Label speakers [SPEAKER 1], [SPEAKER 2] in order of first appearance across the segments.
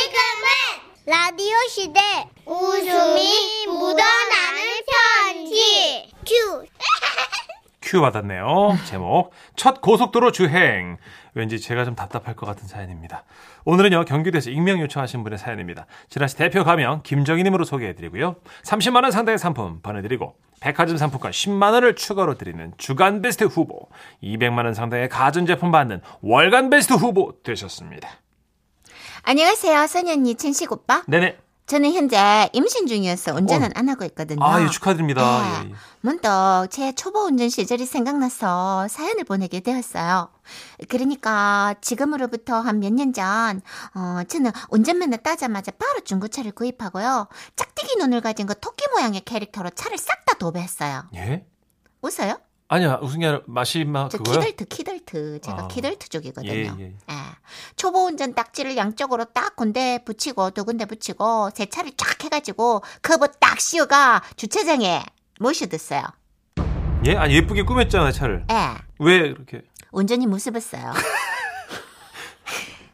[SPEAKER 1] 지금은 라디오 시대 웃음이 묻어나는 편지 큐
[SPEAKER 2] 큐 받았네요. 제목 첫 고속도로 주행. 왠지 제가 좀 답답할 것 같은 사연입니다. 오늘은요 경기도에서 익명 요청하신 분의 사연입니다. 지라시 대표 가명 김정희님으로 소개해드리고요. 30만 원 상당의 상품 보내드리고 백화점 상품권 10만 원을 추가로 드리는 주간 베스트 후보, 200만 원 상당의 가전 제품 받는 월간 베스트 후보 되셨습니다.
[SPEAKER 3] 안녕하세요, 선희 언니, 천식 오빠.
[SPEAKER 2] 네네.
[SPEAKER 3] 저는 현재 임신 중이어서 운전은 안 하고 있거든요.
[SPEAKER 2] 아, 예, 축하드립니다.
[SPEAKER 3] 네.
[SPEAKER 2] 예, 예.
[SPEAKER 3] 문득 제 초보 운전 시절이 생각나서 사연을 보내게 되었어요. 그러니까 지금으로부터 한 몇 년 전, 어, 저는 운전면허 따자마자 바로 중고차를 구입하고요. 짝대기 눈을 가진 그 토끼 모양의 캐릭터로 차를 싹 다 도배했어요.
[SPEAKER 2] 예?
[SPEAKER 3] 웃어요?
[SPEAKER 2] 아니야, 무슨 게 아니라 마시마
[SPEAKER 3] 저
[SPEAKER 2] 그거요?
[SPEAKER 3] 키덜트 키덜트 제가
[SPEAKER 2] 아.
[SPEAKER 3] 키덜트 쪽이거든요.
[SPEAKER 2] 예, 예.
[SPEAKER 3] 예. 초보 운전 딱지를 양쪽으로 딱 군데 붙이고 두 군데 붙이고 세 차를 쫙 해가지고 커브 딱 씌우가 주차장에 모셔뒀어요.
[SPEAKER 2] 예? 아니 예쁘게 꾸몄잖아 차를.
[SPEAKER 3] 예.
[SPEAKER 2] 왜 이렇게?
[SPEAKER 3] 온전히 무습했어요.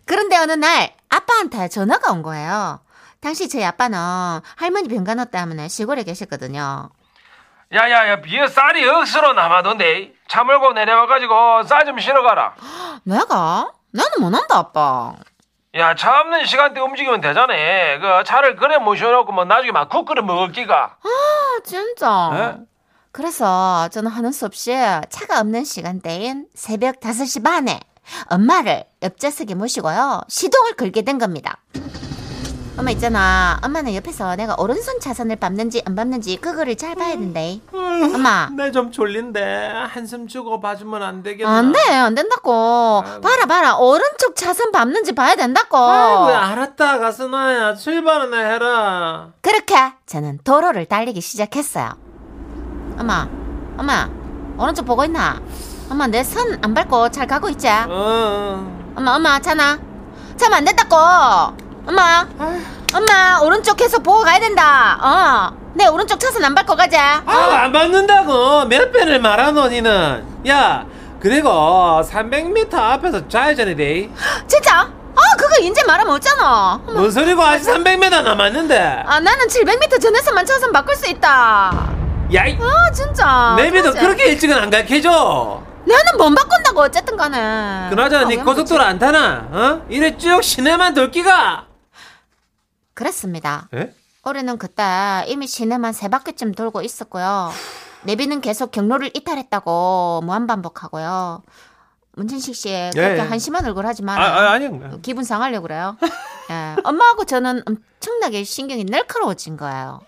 [SPEAKER 3] 그런데 어느 날 아빠한테 전화가 온 거예요. 당시 저희 아빠는 할머니 병간호 때문에 시골에 계셨거든요.
[SPEAKER 2] 야야야 비에 쌀이 억수로 남아돈데 차 몰고 내려와가지고 쌀 좀 실어가라
[SPEAKER 3] 내가? 나는 못한다 아빠.
[SPEAKER 2] 야 차 없는 시간대 움직이면 되잖아 그 차를 그래 모셔놓고 뭐 나중에 막 국끓여 먹을 기가
[SPEAKER 3] 아, 진짜.
[SPEAKER 2] 에?
[SPEAKER 3] 그래서 저는 하는 수 없이 차가 없는 시간대인 새벽 5시 반에 엄마를 옆좌석에 모시고요. 시동을 걸게 된 겁니다. 엄마 있잖아. 엄마는 옆에서 내가 오른손 차선을 밟는지 안 밟는지 그거를 잘 봐야 된대. 엄마.
[SPEAKER 2] 나 음, 좀 졸린데 한숨 주고 봐주면 안 되겠나
[SPEAKER 3] 안 돼. 안 된다고.
[SPEAKER 2] 음. 아이고.
[SPEAKER 3] 봐라 봐라. 오른쪽 차선 밟는지 봐야 된다고.
[SPEAKER 2] 아이고 알았다 가스나야 출발은 해라
[SPEAKER 3] 그렇게 저는 도로를 달리기 시작했어요. 엄마, 엄마, 오른쪽 보고 있나? 엄마, 내 선 안 밟고 잘 가고 있지?
[SPEAKER 2] 어
[SPEAKER 3] 엄마, 엄마, 차나? 차면 안 된다고! 엄마, 엄마, 오른쪽 계속 보고 가야 된다! 어, 내 오른쪽 차선 안 밟고 가자!
[SPEAKER 2] 아안 받는다고 몇 번을 말하노 니는 야 그리고 300m 앞에서 좌회전이 돼뭔
[SPEAKER 3] 진짜? 어, 그거 이제 말하면 없잖아! 어머,
[SPEAKER 2] 소리고 아직 300m 남았는데
[SPEAKER 3] 아, 나는 700m 전에서만 차선 바꿀 수 있다!
[SPEAKER 2] 야이
[SPEAKER 3] 아, 진짜!
[SPEAKER 2] 내비도
[SPEAKER 3] 그러지?
[SPEAKER 2] 그렇게 일찍은 안 가르쳐줘
[SPEAKER 3] 나는 못 바꾼다고, 어쨌든 간에!
[SPEAKER 2] 그나저나
[SPEAKER 3] 아,
[SPEAKER 2] 네
[SPEAKER 3] 왜
[SPEAKER 2] 고속도로 안 타나? 어? 이래 쭉 시내만 돌기가
[SPEAKER 3] 그랬습니다.
[SPEAKER 2] 에?
[SPEAKER 3] 올해는 그때 이미 시내만 세 바퀴쯤 돌고 있었고요. 내비는 계속 경로를 이탈했다고 뭐 무한반복하고요. 문진식 씨 그렇게
[SPEAKER 2] 예.
[SPEAKER 3] 한심한 얼굴 하지
[SPEAKER 2] 아,
[SPEAKER 3] 마라.
[SPEAKER 2] 아 아니요
[SPEAKER 3] 기분 상하려고 그래요. 예. 엄마하고 저는 엄청나게 신경이 날카로워진 거예요.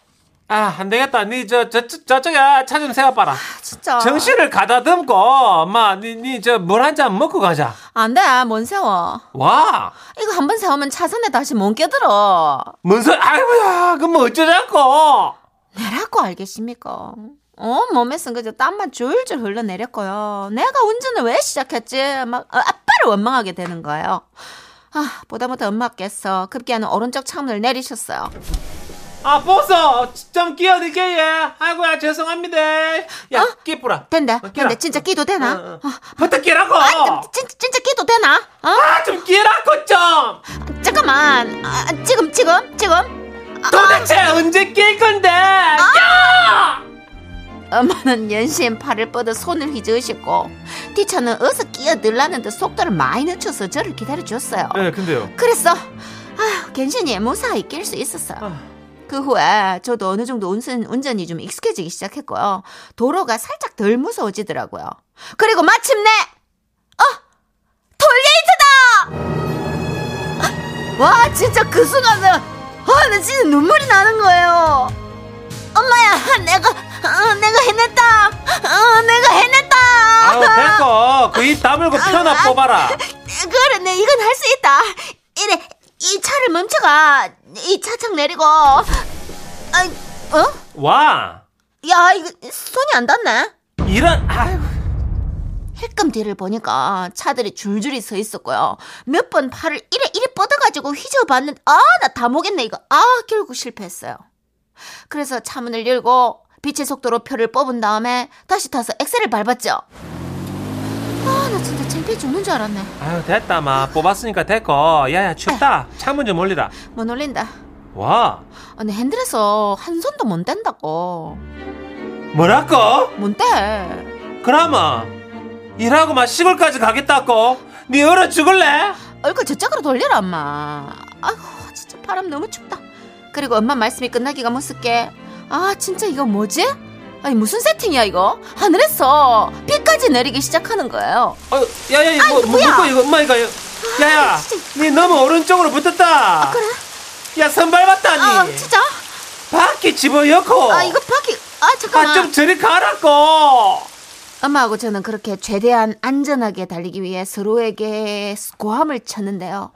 [SPEAKER 2] 아안 되겠다 니저저 저, 저쪽에 차 좀 세워봐라
[SPEAKER 3] 아, 진짜.
[SPEAKER 2] 정신을 가다듬고 엄마 니저물 한 잔 먹고 가자
[SPEAKER 3] 안 돼. 뭔 세워.
[SPEAKER 2] 와뭔
[SPEAKER 3] 이거 한 번 세우면 차선에 다시 못 껴들어.
[SPEAKER 2] 소리 아이고야 그럼 뭐 어쩌자고
[SPEAKER 3] 내라고 알겠습니까? 어, 몸에서 그저 땀만 줄줄 흘러내렸고요. 내가 운전을 왜 시작했지? 막 어, 아빠를 원망하게 되는 거예요. 아, 보다 못해 엄마께서 급기야는 오른쪽 창문을 내리셨어요.
[SPEAKER 2] 아 보소 좀 끼어들게 예 아이고야 죄송합니다 야
[SPEAKER 3] 어?
[SPEAKER 2] 끼뿌라
[SPEAKER 3] 된다.
[SPEAKER 2] 어, 끼라.
[SPEAKER 3] 근데 진짜 끼도 되나?
[SPEAKER 2] 어, 어. 부탁 끼라고
[SPEAKER 3] 아, 진- 진, 진짜 끼도 되나? 어?
[SPEAKER 2] 아좀 끼라고 좀
[SPEAKER 3] 잠깐만. 아, 지금, 지금, 지금.
[SPEAKER 2] 도대체 언제 낄 건데 아!
[SPEAKER 3] 엄마는 연신 팔을 뻗어 손을 휘저으셨고, 뒤차는 어서 끼어들라는 듯 속도를 많이 늦춰서 저를 기다려줬어요.
[SPEAKER 2] 네 근데요
[SPEAKER 3] 그랬어. 아휴, 괜시니 무사히 낄 수 있었어요.
[SPEAKER 2] 아.
[SPEAKER 3] 그 후에 저도 어느 정도 운전, 운전이 좀 익숙해지기 시작했고요. 도로가 살짝 덜 무서워지더라고요. 그리고 마침내, 어! 돌게이트다! 아, 와, 진짜 그 순간에, 아, 나 진짜 눈물이 나는 거예요. 엄마야, 내가, 아, 내가 해냈다! 아, 내가 해냈다!
[SPEAKER 2] 아유 됐고 그 입 다물고 펴나 뽑아라
[SPEAKER 3] 그래, 네, 이건 할 수 있다. 이래, 이 차를 멈춰가. 이 차창 내리고. 아, 어?
[SPEAKER 2] 와
[SPEAKER 3] 야, 이거 손이 안 닿네.
[SPEAKER 2] 이런 아유
[SPEAKER 3] 힐끔 뒤를 보니까 차들이 줄줄이 서 있었고요. 몇 번 팔을 이래 이래 뻗어가지고 휘저어봤는데 아, 나 다 모겠네 이거. 아, 결국 실패했어요. 그래서 차문을 열고 빛의 속도로 표를 뽑은 다음에 다시 타서 엑셀을 밟았죠. 아, 나 진짜 창피했다. 나한테 주는 줄 알았네.
[SPEAKER 2] 아유 됐다 마 뽑았으니까 됐고 야야 춥다 창문 좀 올리라
[SPEAKER 3] 못 올린다.
[SPEAKER 2] 와
[SPEAKER 3] 아니 핸들에서 한 손도 못 댄다고.
[SPEAKER 2] 뭐라고?
[SPEAKER 3] 못 대.
[SPEAKER 2] 그나마 일하고 막 시골까지 가겠다고 네 얼어 죽을래?
[SPEAKER 3] 얼굴 저쪽으로 돌려라 엄마. 아휴 진짜 바람 너무 춥다. 그리고 엄마 말씀이 끝나기가 무섭게. 아 진짜 이거 뭐지? 아니 무슨 세팅이야 이거? 하늘에서 비까지 내리기 시작하는 거예요.
[SPEAKER 2] 어, 야야야
[SPEAKER 3] 아,
[SPEAKER 2] 뭐,
[SPEAKER 3] 이거
[SPEAKER 2] 뭐
[SPEAKER 3] 뭐야?
[SPEAKER 2] 묶어 이거 엄마 이거 이거. 야야
[SPEAKER 3] 진짜.
[SPEAKER 2] 네 너무 오른쪽으로 붙었다 아, 그래? 야 선발 봤다니
[SPEAKER 3] 아 진짜?
[SPEAKER 2] 바퀴 집어넣고
[SPEAKER 3] 아 이거 바퀴. 아 잠깐만.
[SPEAKER 2] 아, 좀 저리 가라고
[SPEAKER 3] 엄마하고 저는 그렇게 최대한 안전하게 달리기 위해 서로에게 고함을 쳤는데요.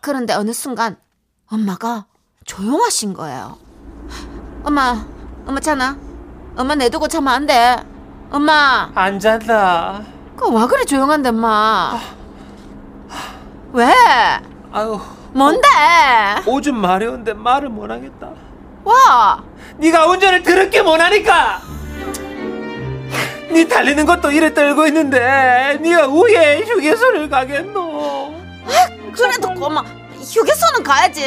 [SPEAKER 3] 그런데 어느 순간 엄마가 조용하신 거예요. 엄마, 엄마 자나? 엄마 내두고 자면 안 돼. 엄마,
[SPEAKER 2] 안 잔다
[SPEAKER 3] 그와 그래 조용한데 엄마? 왜?
[SPEAKER 2] 아유
[SPEAKER 3] 뭔데?
[SPEAKER 2] 오줌 마려운데 말을 못하겠다
[SPEAKER 3] 와,
[SPEAKER 2] 네가 운전을 더럽게 못하니까 네 달리는 것도 이래 떨고 있는데 네가 왜 휴게소를 가겠노
[SPEAKER 3] 그래도 엄마 휴게소는 가야지.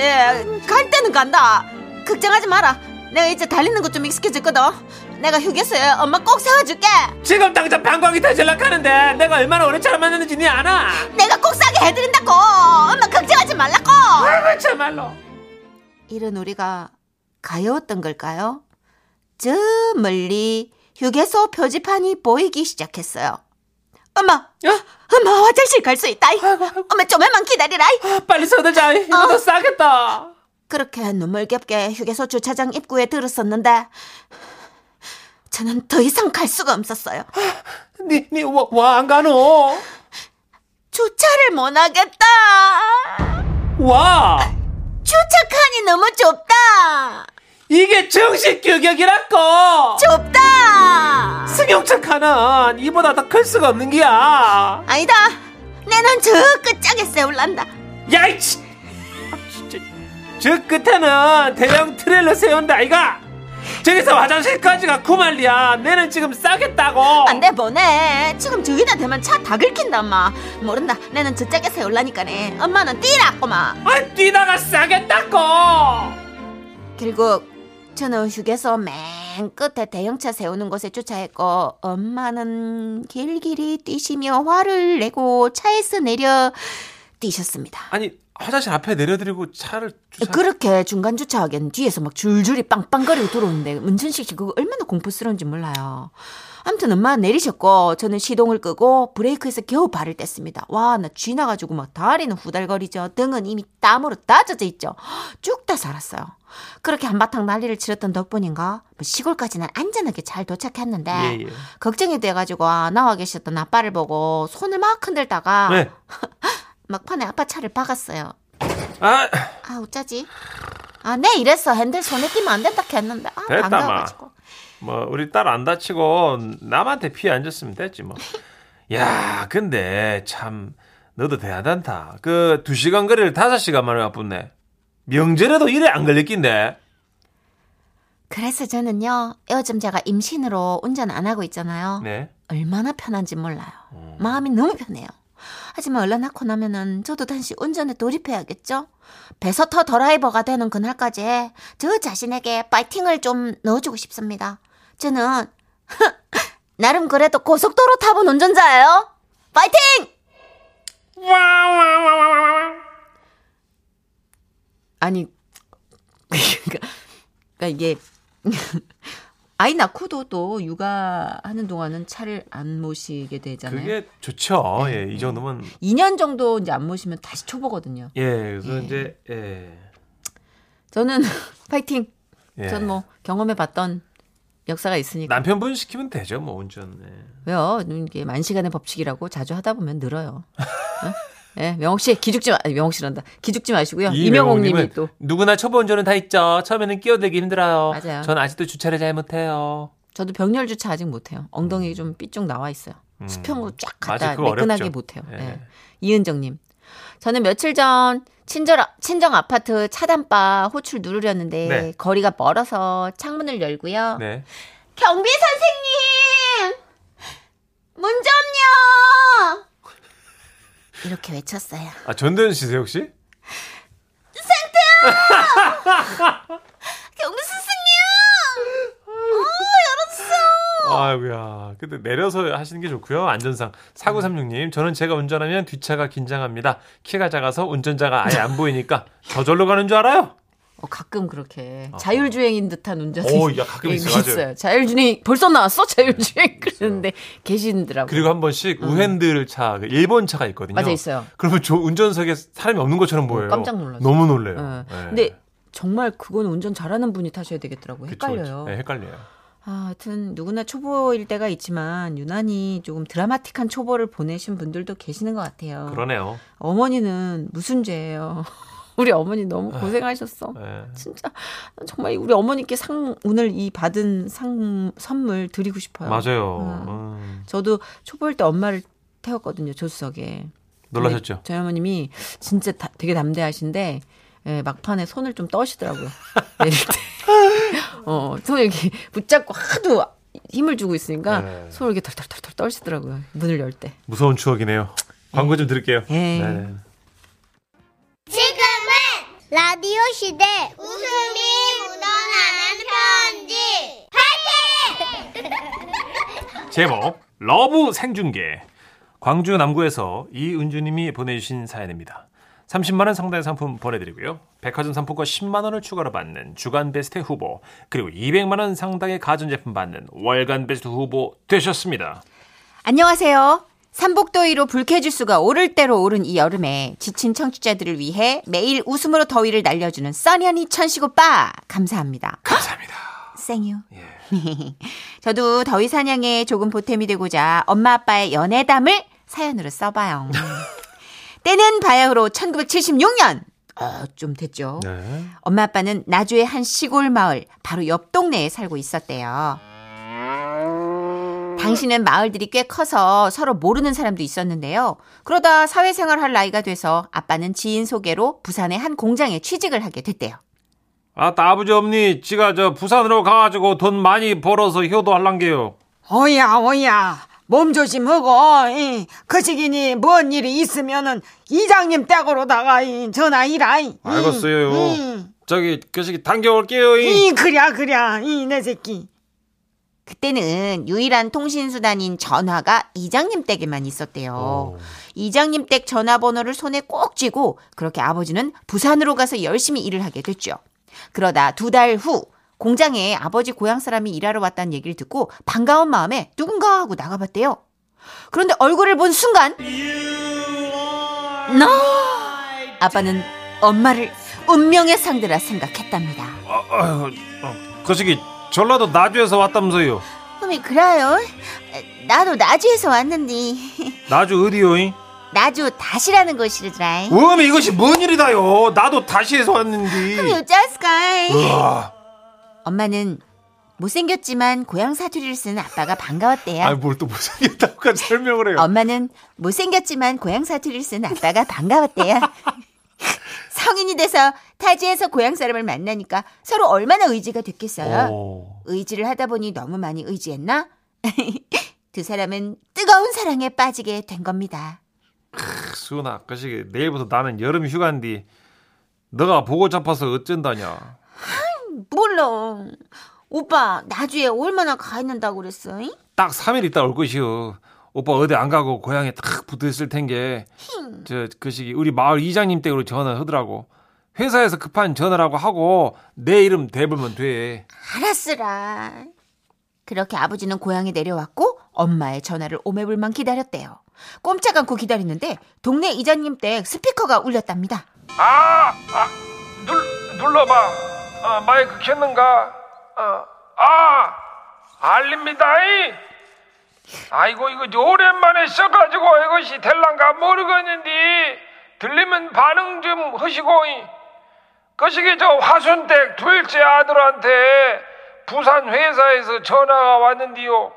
[SPEAKER 3] 갈 때는 간다. 걱정하지 마라. 내가 이제 달리는 것 좀 익숙해졌거든. 내가 휴게소에 엄마 꼭 세워줄게.
[SPEAKER 2] 지금 당장 방광이 다 전락하는데 내가 얼마나 오래 잘 만났는지 네 아나
[SPEAKER 3] 내가 꼭 싸게 해드린다고. 엄마 걱정하지 말라고.
[SPEAKER 2] 아이고 참말로
[SPEAKER 3] 이런 우리가 가여웠던 걸까요? 저 멀리 휴게소 표지판이 보이기 시작했어요. 엄마, 엄마 화장실 갈 수 있다. 엄마 좀만 기다리라.
[SPEAKER 2] 아, 빨리 서두자 이거 더 싸겠다
[SPEAKER 3] 그렇게 눈물겹게 휴게소 주차장 입구에 들었었는데 저는 더 이상 갈 수가 없었어요.
[SPEAKER 2] 네, 니니와안 가노
[SPEAKER 3] 주차를 못 하겠다.
[SPEAKER 2] 와
[SPEAKER 3] 주차칸이 너무 좁다.
[SPEAKER 2] 이게 정식 규격이라고
[SPEAKER 3] 좁다.
[SPEAKER 2] 승용차 칸은 이보다 더 클 수가 없는 기야
[SPEAKER 3] 아니다. 내는 저 끝장에 세울란다.
[SPEAKER 2] 야이치 아, 진짜 저 끝에는 대형 트레일러 세운다 아이가 저기서 화장실까지가 구만리야 내는 지금 싸겠다고
[SPEAKER 3] 안돼 보내. 지금 저기나 대면 차 다 긁힌다 엄마. 모른다. 내는 저짝에 세울라니까네. 엄마는 뛰라 꼬마.
[SPEAKER 2] 아 뛰다가 싸겠다고
[SPEAKER 3] 결국 저는 휴게소 맨 끝에 대형차 세우는 곳에 주차했고 엄마는 길길이 뛰시며 화를 내고 차에서 내려 뛰셨습니다.
[SPEAKER 2] 아니 화장실 앞에 내려드리고 차를 주차...
[SPEAKER 3] 그렇게 중간 주차하기엔 뒤에서 막 줄줄이 빵빵거리고 들어오는데 문천식 씨 그거 얼마나 공포스러운지 몰라요. 아무튼 엄마 내리셨고 저는 시동을 끄고 브레이크에서 겨우 발을 뗐습니다. 와 나 쥐나가지고 막 다리는 후달거리죠. 등은 이미 땀으로 따져져 있죠. 쭉 다 살았어요. 그렇게 한바탕 난리를 치렀던 덕분인가 뭐 시골까지는 안전하게 잘 도착했는데
[SPEAKER 2] 예, 예.
[SPEAKER 3] 걱정이 돼가지고 아, 나와 계셨던 아빠를 보고 손을 막 흔들다가
[SPEAKER 2] 네.
[SPEAKER 3] 막판에 아빠 차를 박았어요.
[SPEAKER 2] 아
[SPEAKER 3] 아 어쩌지? 아 내 이랬어 핸들 손에 끼면 안 된다 했는데 아,
[SPEAKER 2] 됐다,
[SPEAKER 3] 반가워가지고
[SPEAKER 2] 뭐 우리 딸 안 다치고 남한테 피해 안 줬으면 됐지 뭐. 야, 근데 참 너도 대단하다. 그 두시간 거리를 다섯 시간 만에 바쁘네. 명절에도 일에 안 걸릴 낀데.
[SPEAKER 3] 그래서 저는요 요즘 제가 임신으로 운전 안 하고 있잖아요
[SPEAKER 2] 네. 어.
[SPEAKER 3] 얼마나 편한지 몰라요 마음이 너무 편해요 하지만 얼른 낳고 나면은 저도 다시 운전에 돌입해야겠죠 배서터 드라이버가 되는 그날까지 저 자신에게 파이팅을 좀 넣어주고 싶습니다 저는 나름 그래도 고속도로 타본 운전자예요 파이팅! 아니 그러니까 그러니까 이게 아이 낳고도 또 육아하는 동안은 차를 안 모시게 되잖아요.
[SPEAKER 2] 그게 좋죠.
[SPEAKER 3] 네.
[SPEAKER 2] 예, 이 정도면
[SPEAKER 3] 2년 정도 이제 안 모시면 다시 초보거든요.
[SPEAKER 2] 예, 그래서 이제 예.
[SPEAKER 3] 저는 파이팅.
[SPEAKER 2] 예.
[SPEAKER 3] 전 뭐 경험해 봤던 역사가 있으니까
[SPEAKER 2] 남편분 시키면 되죠, 뭐 운전. 예.
[SPEAKER 3] 왜요? 이게 만시간의 법칙이라고 자주 하다 보면 늘어요. 어? 예, 명옥 씨 기죽지 마, 아니, 명옥 씨란다. 기죽지 마시고요. 아, 이명옥님이 또
[SPEAKER 2] 누구나 초보 운전은 다 있죠. 처음에는 끼어들기 힘들어요.
[SPEAKER 3] 맞아요.
[SPEAKER 2] 전 아직도 주차를 잘 못해요.
[SPEAKER 3] 저도 병렬 주차 아직 못해요. 엉덩이 좀 삐쭉 나와 있어요. 수평으로 쫙
[SPEAKER 2] 음. 맞아,
[SPEAKER 3] 갔다
[SPEAKER 2] 그거
[SPEAKER 3] 매끈하게
[SPEAKER 2] 어렵죠.
[SPEAKER 3] 못해요.
[SPEAKER 2] 예.
[SPEAKER 3] 예. 이은정님, 저는 며칠 전 친절 친정 아파트 차단바 호출 누르려는데
[SPEAKER 2] 네.
[SPEAKER 3] 거리가 멀어서 창문을 열고요.
[SPEAKER 2] 네.
[SPEAKER 3] 경비 선생님, 문 좀요. 이렇게 외쳤어요.
[SPEAKER 2] 아, 전도연 씨세요, 혹시?
[SPEAKER 3] 경수 스승님!
[SPEAKER 2] 아이고야. 근데 내려서 하시는 게 좋고요. 안전상. 4936님, 저는 제가 운전하면 뒷차가 긴장합니다. 키가 작아서 운전자가 아예 안 보이니까 저절로 가는 줄 알아요?
[SPEAKER 4] 어, 가끔 그렇게 자율주행인 듯한 운전이
[SPEAKER 2] 아, 오, 야, 가끔 있어요. 맞아요.
[SPEAKER 4] 자율주행 벌써 나왔어 자율주행 그러는데 계시더라고. 요
[SPEAKER 2] 그리고 한 번씩 우핸들 차, 그 일본 차가 있거든요.
[SPEAKER 4] 음. 맞아 있어요. 어,
[SPEAKER 2] 그러면 저 운전석에 사람이 없는 것처럼 보여요.
[SPEAKER 4] 깜짝 놀라죠.
[SPEAKER 2] 너무 놀래요.
[SPEAKER 4] 어.
[SPEAKER 2] 네.
[SPEAKER 4] 근데 정말 그건 운전 잘하는 분이 타셔야 되겠더라고요.
[SPEAKER 2] 그쵸,
[SPEAKER 4] 헷갈려요.
[SPEAKER 2] 네, 헷갈려요.
[SPEAKER 4] 아, 하여튼 누구나 초보일 때가 있지만 유난히 조금 드라마틱한 초보를 보내신 분들도 계시는 것 같아요.
[SPEAKER 2] 그러네요.
[SPEAKER 4] 어머니는 무슨 죄예요? 우리 어머니 너무
[SPEAKER 2] 아.
[SPEAKER 4] 고생하셨어.
[SPEAKER 2] 네.
[SPEAKER 4] 진짜 정말 우리 어머니께 상 오늘 이 받은 상 선물 드리고 싶어요.
[SPEAKER 2] 맞아요.
[SPEAKER 4] 음.
[SPEAKER 2] 음.
[SPEAKER 4] 저도 초보일 때 엄마를 태웠거든요 조수석에.
[SPEAKER 2] 놀라셨죠?
[SPEAKER 4] 근데 저희 어머님이 진짜 다- 되게 담대하신데 예, 막판에 손을 좀 떠시더라고요. 내릴 때. 어, 손을 이렇게 붙잡고 하도 힘을 주고 있으니까
[SPEAKER 2] 네.
[SPEAKER 4] 손을 이렇게 덜덜덜덜 떨시더라고요. 문을 열 때.
[SPEAKER 2] 무서운 추억이네요. 광고 좀 들을게요.
[SPEAKER 4] 예.
[SPEAKER 2] 네.
[SPEAKER 1] 지금은 라디오 시대 웃음이 묻어나는 편지
[SPEAKER 2] 제목 러브 생중계 광주 남구에서 이은주님이 보내주신 사연입니다. 30만 원 상당의 상품 보내드리고요. 백화점 상품권 10만 원을 추가로 받는 주간 베스트 후보 그리고 200만 원 상당의 가전제품 받는 월간 베스트 후보 되셨습니다.
[SPEAKER 3] 안녕하세요. 삼복더위로 불쾌지수가 오를 대로 오른 이 여름에 지친 청취자들을 위해 매일 웃음으로 더위를 날려주는 써니언니 천식 오빠 감사합니다.
[SPEAKER 2] 감사합니다.
[SPEAKER 3] 생유. 저도 더위 사냥에 조금 보탬이 되고자 엄마 아빠의 연애담을 사연으로 써봐요. 때는 바야흐로 1976년. 어, 좀 됐죠.
[SPEAKER 2] 네.
[SPEAKER 3] 엄마 아빠는 나주의 한 시골 마을 바로 옆 동네에 살고 있었대요. 당시는 마을들이 꽤 커서 서로 모르는 사람도 있었는데요. 그러다 사회생활 할 나이가 돼서 아빠는 지인 소개로 부산의 한 공장에 취직을 하게 됐대요.
[SPEAKER 2] 아따 아버지 엄니 지가 저 부산으로 가가지고 돈 많이 벌어서 효도할란 게요.
[SPEAKER 5] 어야 어야 몸 조심하고 이. 그 시기니 뭔 일이 있으면은 이장님 댁으로다가 이, 전화 이라 이.
[SPEAKER 2] 알겠어요.
[SPEAKER 5] 음.
[SPEAKER 2] 저기 그 시기 당겨올게요. 이.
[SPEAKER 5] 이 그랴 그랴 이 내 새끼
[SPEAKER 3] 그때는 유일한 통신수단인 전화가 이장님 댁에만 있었대요. 이장님 댁 전화번호를 손에 꼭 쥐고 그렇게 아버지는 부산으로 가서 열심히 일을 하게 됐죠. 그러다 두 달 후 공장에 아버지 고향 사람이 일하러 왔다는 얘기를 듣고 반가운 마음에 누군가 하고 나가봤대요. 그런데 얼굴을 본 순간 너 아빠는 엄마를 운명의 상대라 생각했답니다.
[SPEAKER 2] 아, 아유, 어, 그 시기 전라도 나주에서 왔다면서요.
[SPEAKER 3] 어미 그래요? 나도 나주에서 왔는데
[SPEAKER 2] 나주 어디요?
[SPEAKER 3] 나주 다시라는 곳이더라.
[SPEAKER 2] 어미 이것이 뭔 일이다요. 나도 다시에서 왔는디.
[SPEAKER 3] 어쩌스카이?
[SPEAKER 2] 우와.
[SPEAKER 3] 음, 엄마는 못생겼지만 고향 사투리를 쓰는 아빠가 반가웠대요.
[SPEAKER 2] 아뭘또 못생겼다고까지 설명을 해요.
[SPEAKER 3] 엄마는 못생겼지만 고향 사투리를 쓰는 아빠가 반가웠대요. 성인이 돼서 타지에서 고향 사람을 만나니까 서로 얼마나 의지가 됐겠어요.
[SPEAKER 2] 오.
[SPEAKER 3] 의지를 하다 보니 너무 많이 의지했나? 두 사람은 뜨거운 사랑에 빠지게 된 겁니다.
[SPEAKER 2] 수은아, 그 시기 내일부터 나는 여름 휴가인데 너가 보고 잡아서 어쩐다냐.
[SPEAKER 3] 물론 오빠 나주에 얼마나 가 있는다고 그랬어?
[SPEAKER 2] 딱 3일 있다 올 것이요. 오빠 어디 안 가고 고향에 딱 붙어 있을 텐게. 저 그 시기 우리 마을 이장님 댁으로 전화하더라고. 회사에서 급한 전화라고 하고 내 이름 대보면 돼.
[SPEAKER 3] 알았으라. 그렇게 아버지는 고향에 내려왔고 엄마의 전화를 오매불만 기다렸대요. 꼼짝 않고 기다리는데 동네 이장님 댁 스피커가 울렸답니다.
[SPEAKER 6] 아, 아, 눌, 눌러봐. 아, 마이크 켰는가? 어, 아, 알립니다이. 아이고, 이거 오랜만에 써가지고 이것이 될란가 모르겠는데, 들리면 반응 좀 하시고, 이. 그시기 저 화순댁 둘째 아들한테 부산 회사에서 전화가 왔는데요.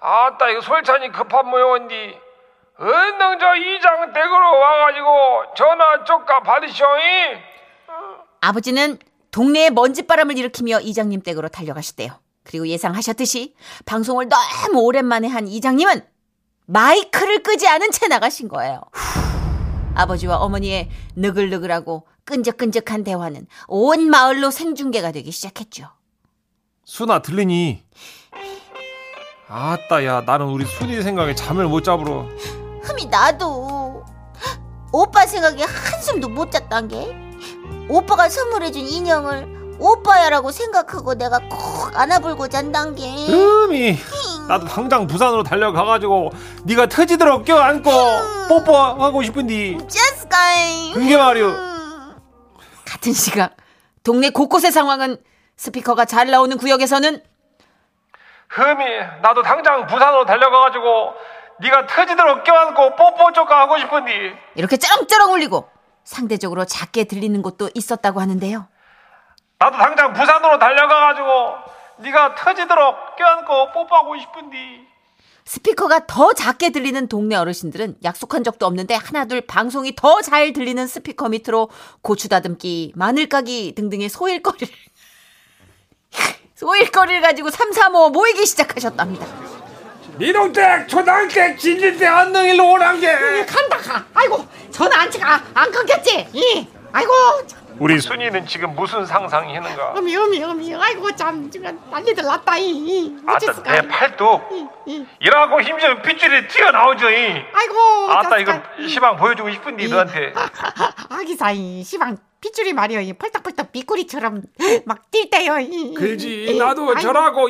[SPEAKER 6] 아따, 이거 솔찬이 급한 모양인데, 은능 저 이장 댁으로 와가지고 전화 쪽가 받으셔잉.
[SPEAKER 3] 아버지는 동네에 먼지바람을 일으키며 이장님 댁으로 달려가셨대요. 그리고 예상하셨듯이 방송을 너무 오랜만에 한 이장님은 마이크를 끄지 않은 채 나가신 거예요.
[SPEAKER 7] 아버지와 어머니의 느글느글하고 끈적끈적한 대화는 온 마을로 생중계가 되기 시작했죠.
[SPEAKER 8] 순아 들리니? 아따 야 나는 우리 순이 생각에 잠을 못 잡으러
[SPEAKER 7] 흠이 나도 오빠 생각에 한숨도 못 잤단 게 오빠가 선물해준 인형을 오빠야라고 생각하고 내가 콕 안아불고 잔단 게
[SPEAKER 8] 흠이 나도 당장 부산으로 달려가가지고 네가 터지도록 껴안고 뽀뽀하고 싶은디
[SPEAKER 7] 짜스카이
[SPEAKER 8] 그게 말이오
[SPEAKER 3] 같은 시각 동네 곳곳의 상황은 스피커가 잘 나오는 구역에서는
[SPEAKER 2] 흠이 나도 당장 부산으로 달려가가지고 네가 터지도록 껴안고 뽀뽀 쪼까 하고 싶은디
[SPEAKER 3] 이렇게 쩌렁쩌렁 울리고 상대적으로 작게 들리는 곳도 있었다고 하는데요.
[SPEAKER 2] 나도 당장 부산으로 달려가가지고 네가 터지도록 껴안고 뽀뽀하고 싶은디
[SPEAKER 3] 스피커가 더 작게 들리는 동네 어르신들은 약속한 적도 없는데 하나둘 방송이 더 잘 들리는 스피커 밑으로 고추 다듬기, 마늘 까기 등등의 소일거리를 소일거리를 가지고 삼삼오오 모이기 시작하셨답니다.
[SPEAKER 2] 니동댁 초등학생 진진대 안능일로 오란 게
[SPEAKER 5] 간다 가. 아이고 전화 안 치가 안 끊겼지? 이. 아이고 참,
[SPEAKER 2] 우리 순이는 지금 무슨 상상이 있는가
[SPEAKER 5] 어미 어미 어미 아이고 참 지금 난리들 났다 이, 이.
[SPEAKER 2] 아따
[SPEAKER 5] 어찌했을까,
[SPEAKER 2] 내
[SPEAKER 5] 이.
[SPEAKER 2] 팔뚝
[SPEAKER 5] 이, 이.
[SPEAKER 2] 일하고 힘좀 핏줄이 튀어나오죠 이
[SPEAKER 5] 아이고
[SPEAKER 2] 아따
[SPEAKER 5] 어찌했을까, 아,
[SPEAKER 2] 이거
[SPEAKER 5] 이.
[SPEAKER 2] 시방 보여주고 싶은데 너한테
[SPEAKER 5] 아기사 이 시방 핏줄이 말이여 이 펄떡펄떡 미꾸리처럼 막 뛸 때요 이. 이. 아이고,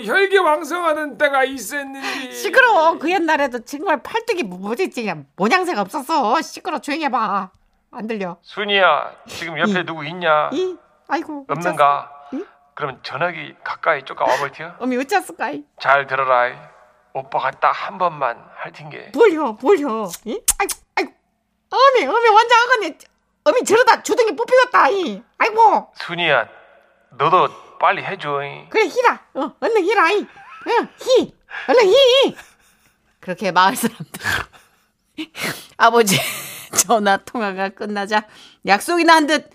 [SPEAKER 2] 혈기왕성하는 때가 있었는데
[SPEAKER 5] 시끄러워 그 옛날에도 정말 팔뚝이 뭐랬지 그냥 모양새가 없었어 시끄러 조용히 해봐 안 들려
[SPEAKER 2] 순이야 지금 옆에 누구 있냐
[SPEAKER 5] 이 아이고
[SPEAKER 2] 없는가
[SPEAKER 5] 응?
[SPEAKER 2] 그럼 전화기 가까이 쪼까 와볼게요
[SPEAKER 5] 어쩌- 어미 어쩌었을까 이.
[SPEAKER 2] 잘 들어라 이. 오빠가 딱 한 번만 할 텐게
[SPEAKER 5] 뭘요 뭘요 이? 아이고 아이고 어미 어미 완전 아가네 어미 저러다 주둥이 뽑히겠다 이. 아이고
[SPEAKER 2] 순이야 너도 빨리 해줘 이.
[SPEAKER 5] 그래 히라 어 얼른 히라 이. 응히 얼른 히
[SPEAKER 3] 그렇게 마을 사람들 아버지 전화 통화가 끝나자 약속이나 한 듯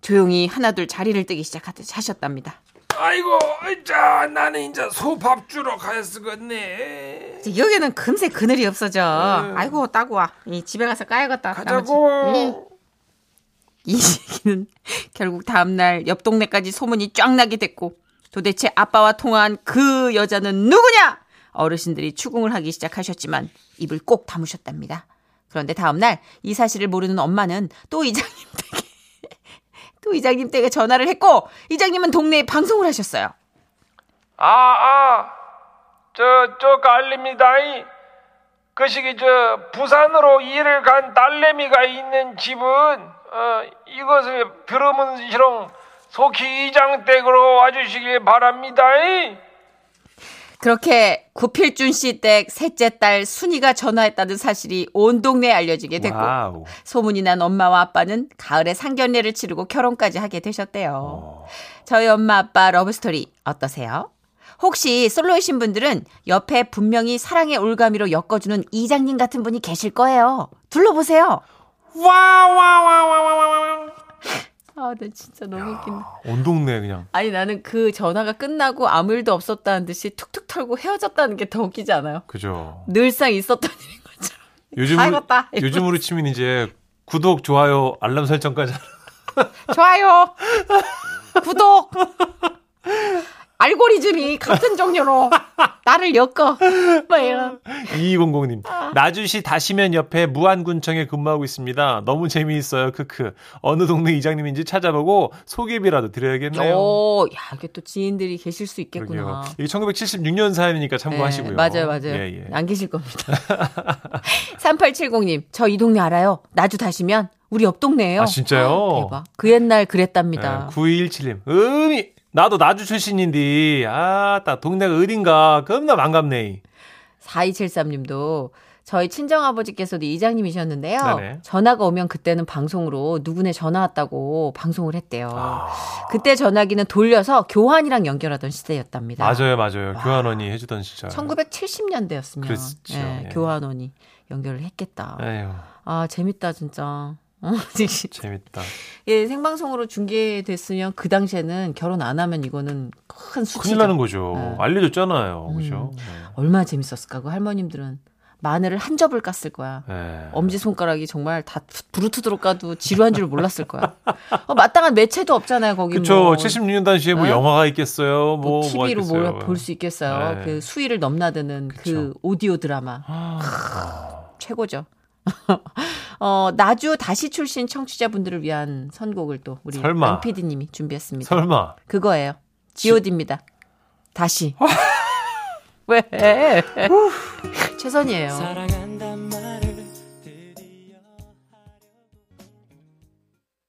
[SPEAKER 3] 조용히 하나둘 자리를 뜨기 시작하듯 하셨답니다.
[SPEAKER 2] 아이고 자 나는 이제 소밥 주러 가야 쓰겠네 네.
[SPEAKER 3] 이제 여기는 금세 그늘이 없어져.
[SPEAKER 5] 아이고 따구와 이 집에 가서 까야겠다
[SPEAKER 2] 가자고
[SPEAKER 3] 이 얘기는 결국 다음날 옆 동네까지 소문이 쫙 나게 됐고 도대체 아빠와 통화한 그 여자는 누구냐? 어르신들이 추궁을 하기 시작하셨지만 입을 꼭 다무셨답니다. 그런데 다음날 이 사실을 모르는 엄마는 또 이장님 댁에 또 이장님 댁에 전화를 했고 이장님은 동네에 방송을 하셨어요.
[SPEAKER 2] 아아 저쪽 알립니다 이. 그 시기 저 부산으로 일을 간 딸내미가 있는 집은 어, 이것을 들으면 시롱 속히 이장댁으로 와주시길 바랍니다 이.
[SPEAKER 3] 그렇게 구필준 씨 댁 셋째 딸 순이가 전화했다는 사실이 온 동네에 알려지게 예, 됐고
[SPEAKER 8] 와우
[SPEAKER 3] 소문이 난 엄마와 아빠는 가을에 상견례를 치르고 결혼까지 하게 되셨대요.
[SPEAKER 2] 어.
[SPEAKER 3] 저희 엄마 아빠 러브스토리 어떠세요? 혹시 솔로이신 분들은 옆에 분명히 사랑의 올가미로 엮어주는 이장님 같은 분이 계실 거예요. 둘러보세요.
[SPEAKER 8] 와와와와와와
[SPEAKER 3] 아, 나 진짜 너무 웃긴다.
[SPEAKER 8] 온 동네 그냥
[SPEAKER 3] 아니, 나는 그 전화가 끝나고 아무 일도 없었다는 듯이 툭툭 털고 헤어졌다는 게 더 웃기지 않아요?
[SPEAKER 8] 그죠
[SPEAKER 3] 늘상 있었던 일인 것처럼.
[SPEAKER 8] 요즘
[SPEAKER 3] 다 익었다.
[SPEAKER 8] 요즘으로 치면 이제 구독 좋아요 알람 설정까지
[SPEAKER 5] 좋아요 구독 알고리즘이 같은 종류로 나를 엮어 뭐 이런
[SPEAKER 8] 2200님.
[SPEAKER 3] 아.
[SPEAKER 8] 나주시 다시면 옆에 무안군청에 근무하고 있습니다. 너무 재미있어요. 크크. 어느 동네 이장님인지 찾아보고 소개비라도 드려야겠네요.
[SPEAKER 3] 오, 야, 이게 또 지인들이 계실 수 있겠구나.
[SPEAKER 8] 그러게요. 이게 1976년 사연이니까 참고하시고요.
[SPEAKER 3] 네, 맞아요, 맞아요.
[SPEAKER 8] 예, 예.
[SPEAKER 3] 안 계실 겁니다. 3870님, 저 이 동네 알아요. 나주 다시면 우리 옆 동네예요.
[SPEAKER 8] 아, 진짜요? 네,
[SPEAKER 3] 대박. 그 옛날 그랬답니다.
[SPEAKER 8] 9217님. 예, 음이 나도 나주 출신인데 아, 따 동네가 어딘가 겁나 반갑네.
[SPEAKER 3] 4273님도 저희 친정아버지께서도 이장님이셨는데요.
[SPEAKER 8] 네네.
[SPEAKER 3] 전화가 오면 그때는 방송으로 누구네 전화 왔다고 방송을 했대요.
[SPEAKER 8] 아.
[SPEAKER 3] 그때 전화기는 돌려서 교환이랑 연결하던 시대였답니다.
[SPEAKER 8] 맞아요, 맞아요. 교환원이 해주던 시절.
[SPEAKER 3] 1970년대였으면 네,
[SPEAKER 8] 그랬었죠. 예. 네.
[SPEAKER 3] 교환원이 연결을 했겠다.
[SPEAKER 8] 에휴,
[SPEAKER 3] 아 재밌다 진짜. 어, 진짜.
[SPEAKER 8] 재밌다.
[SPEAKER 3] 예, 생방송으로 중계됐으면 그 당시에는 결혼 안 하면 이거는 큰 수치.
[SPEAKER 8] 큰일 나는 거죠.
[SPEAKER 3] 네.
[SPEAKER 8] 알려줬잖아요. 그죠? 네.
[SPEAKER 3] 얼마나 재밌었을까. 그 할머님들은 마늘을 한 접을 깠을 거야.
[SPEAKER 8] 네.
[SPEAKER 4] 예.
[SPEAKER 3] 엄지손가락이 정말 다 부르트도록 까도 지루한 줄 몰랐을 거야. 어, 마땅한 매체도 없잖아요, 거기
[SPEAKER 4] 그쵸.
[SPEAKER 3] 뭐.
[SPEAKER 4] 76년 당시에 뭐
[SPEAKER 3] 네?
[SPEAKER 4] 영화가 있겠어요. 뭐,
[SPEAKER 3] 뭐
[SPEAKER 4] 뭐가
[SPEAKER 3] TV로
[SPEAKER 4] 있겠어요.
[SPEAKER 3] 뭘 볼 수 있겠어요.
[SPEAKER 4] 네.
[SPEAKER 3] 그 수위를 넘나드는 그
[SPEAKER 4] 그쵸. 아.
[SPEAKER 3] 오디오 드라마. 크, 최고죠. 어, 나주 다시 출신 청취자분들을 위한 선곡을 또 우리
[SPEAKER 4] 설마.
[SPEAKER 3] 양 PD님이 준비했습니다.
[SPEAKER 4] 설마.
[SPEAKER 3] 그거예요. G.O.D입니다.
[SPEAKER 4] 아.
[SPEAKER 3] 다시. 왜? 최선이에요.
[SPEAKER 9] 사랑해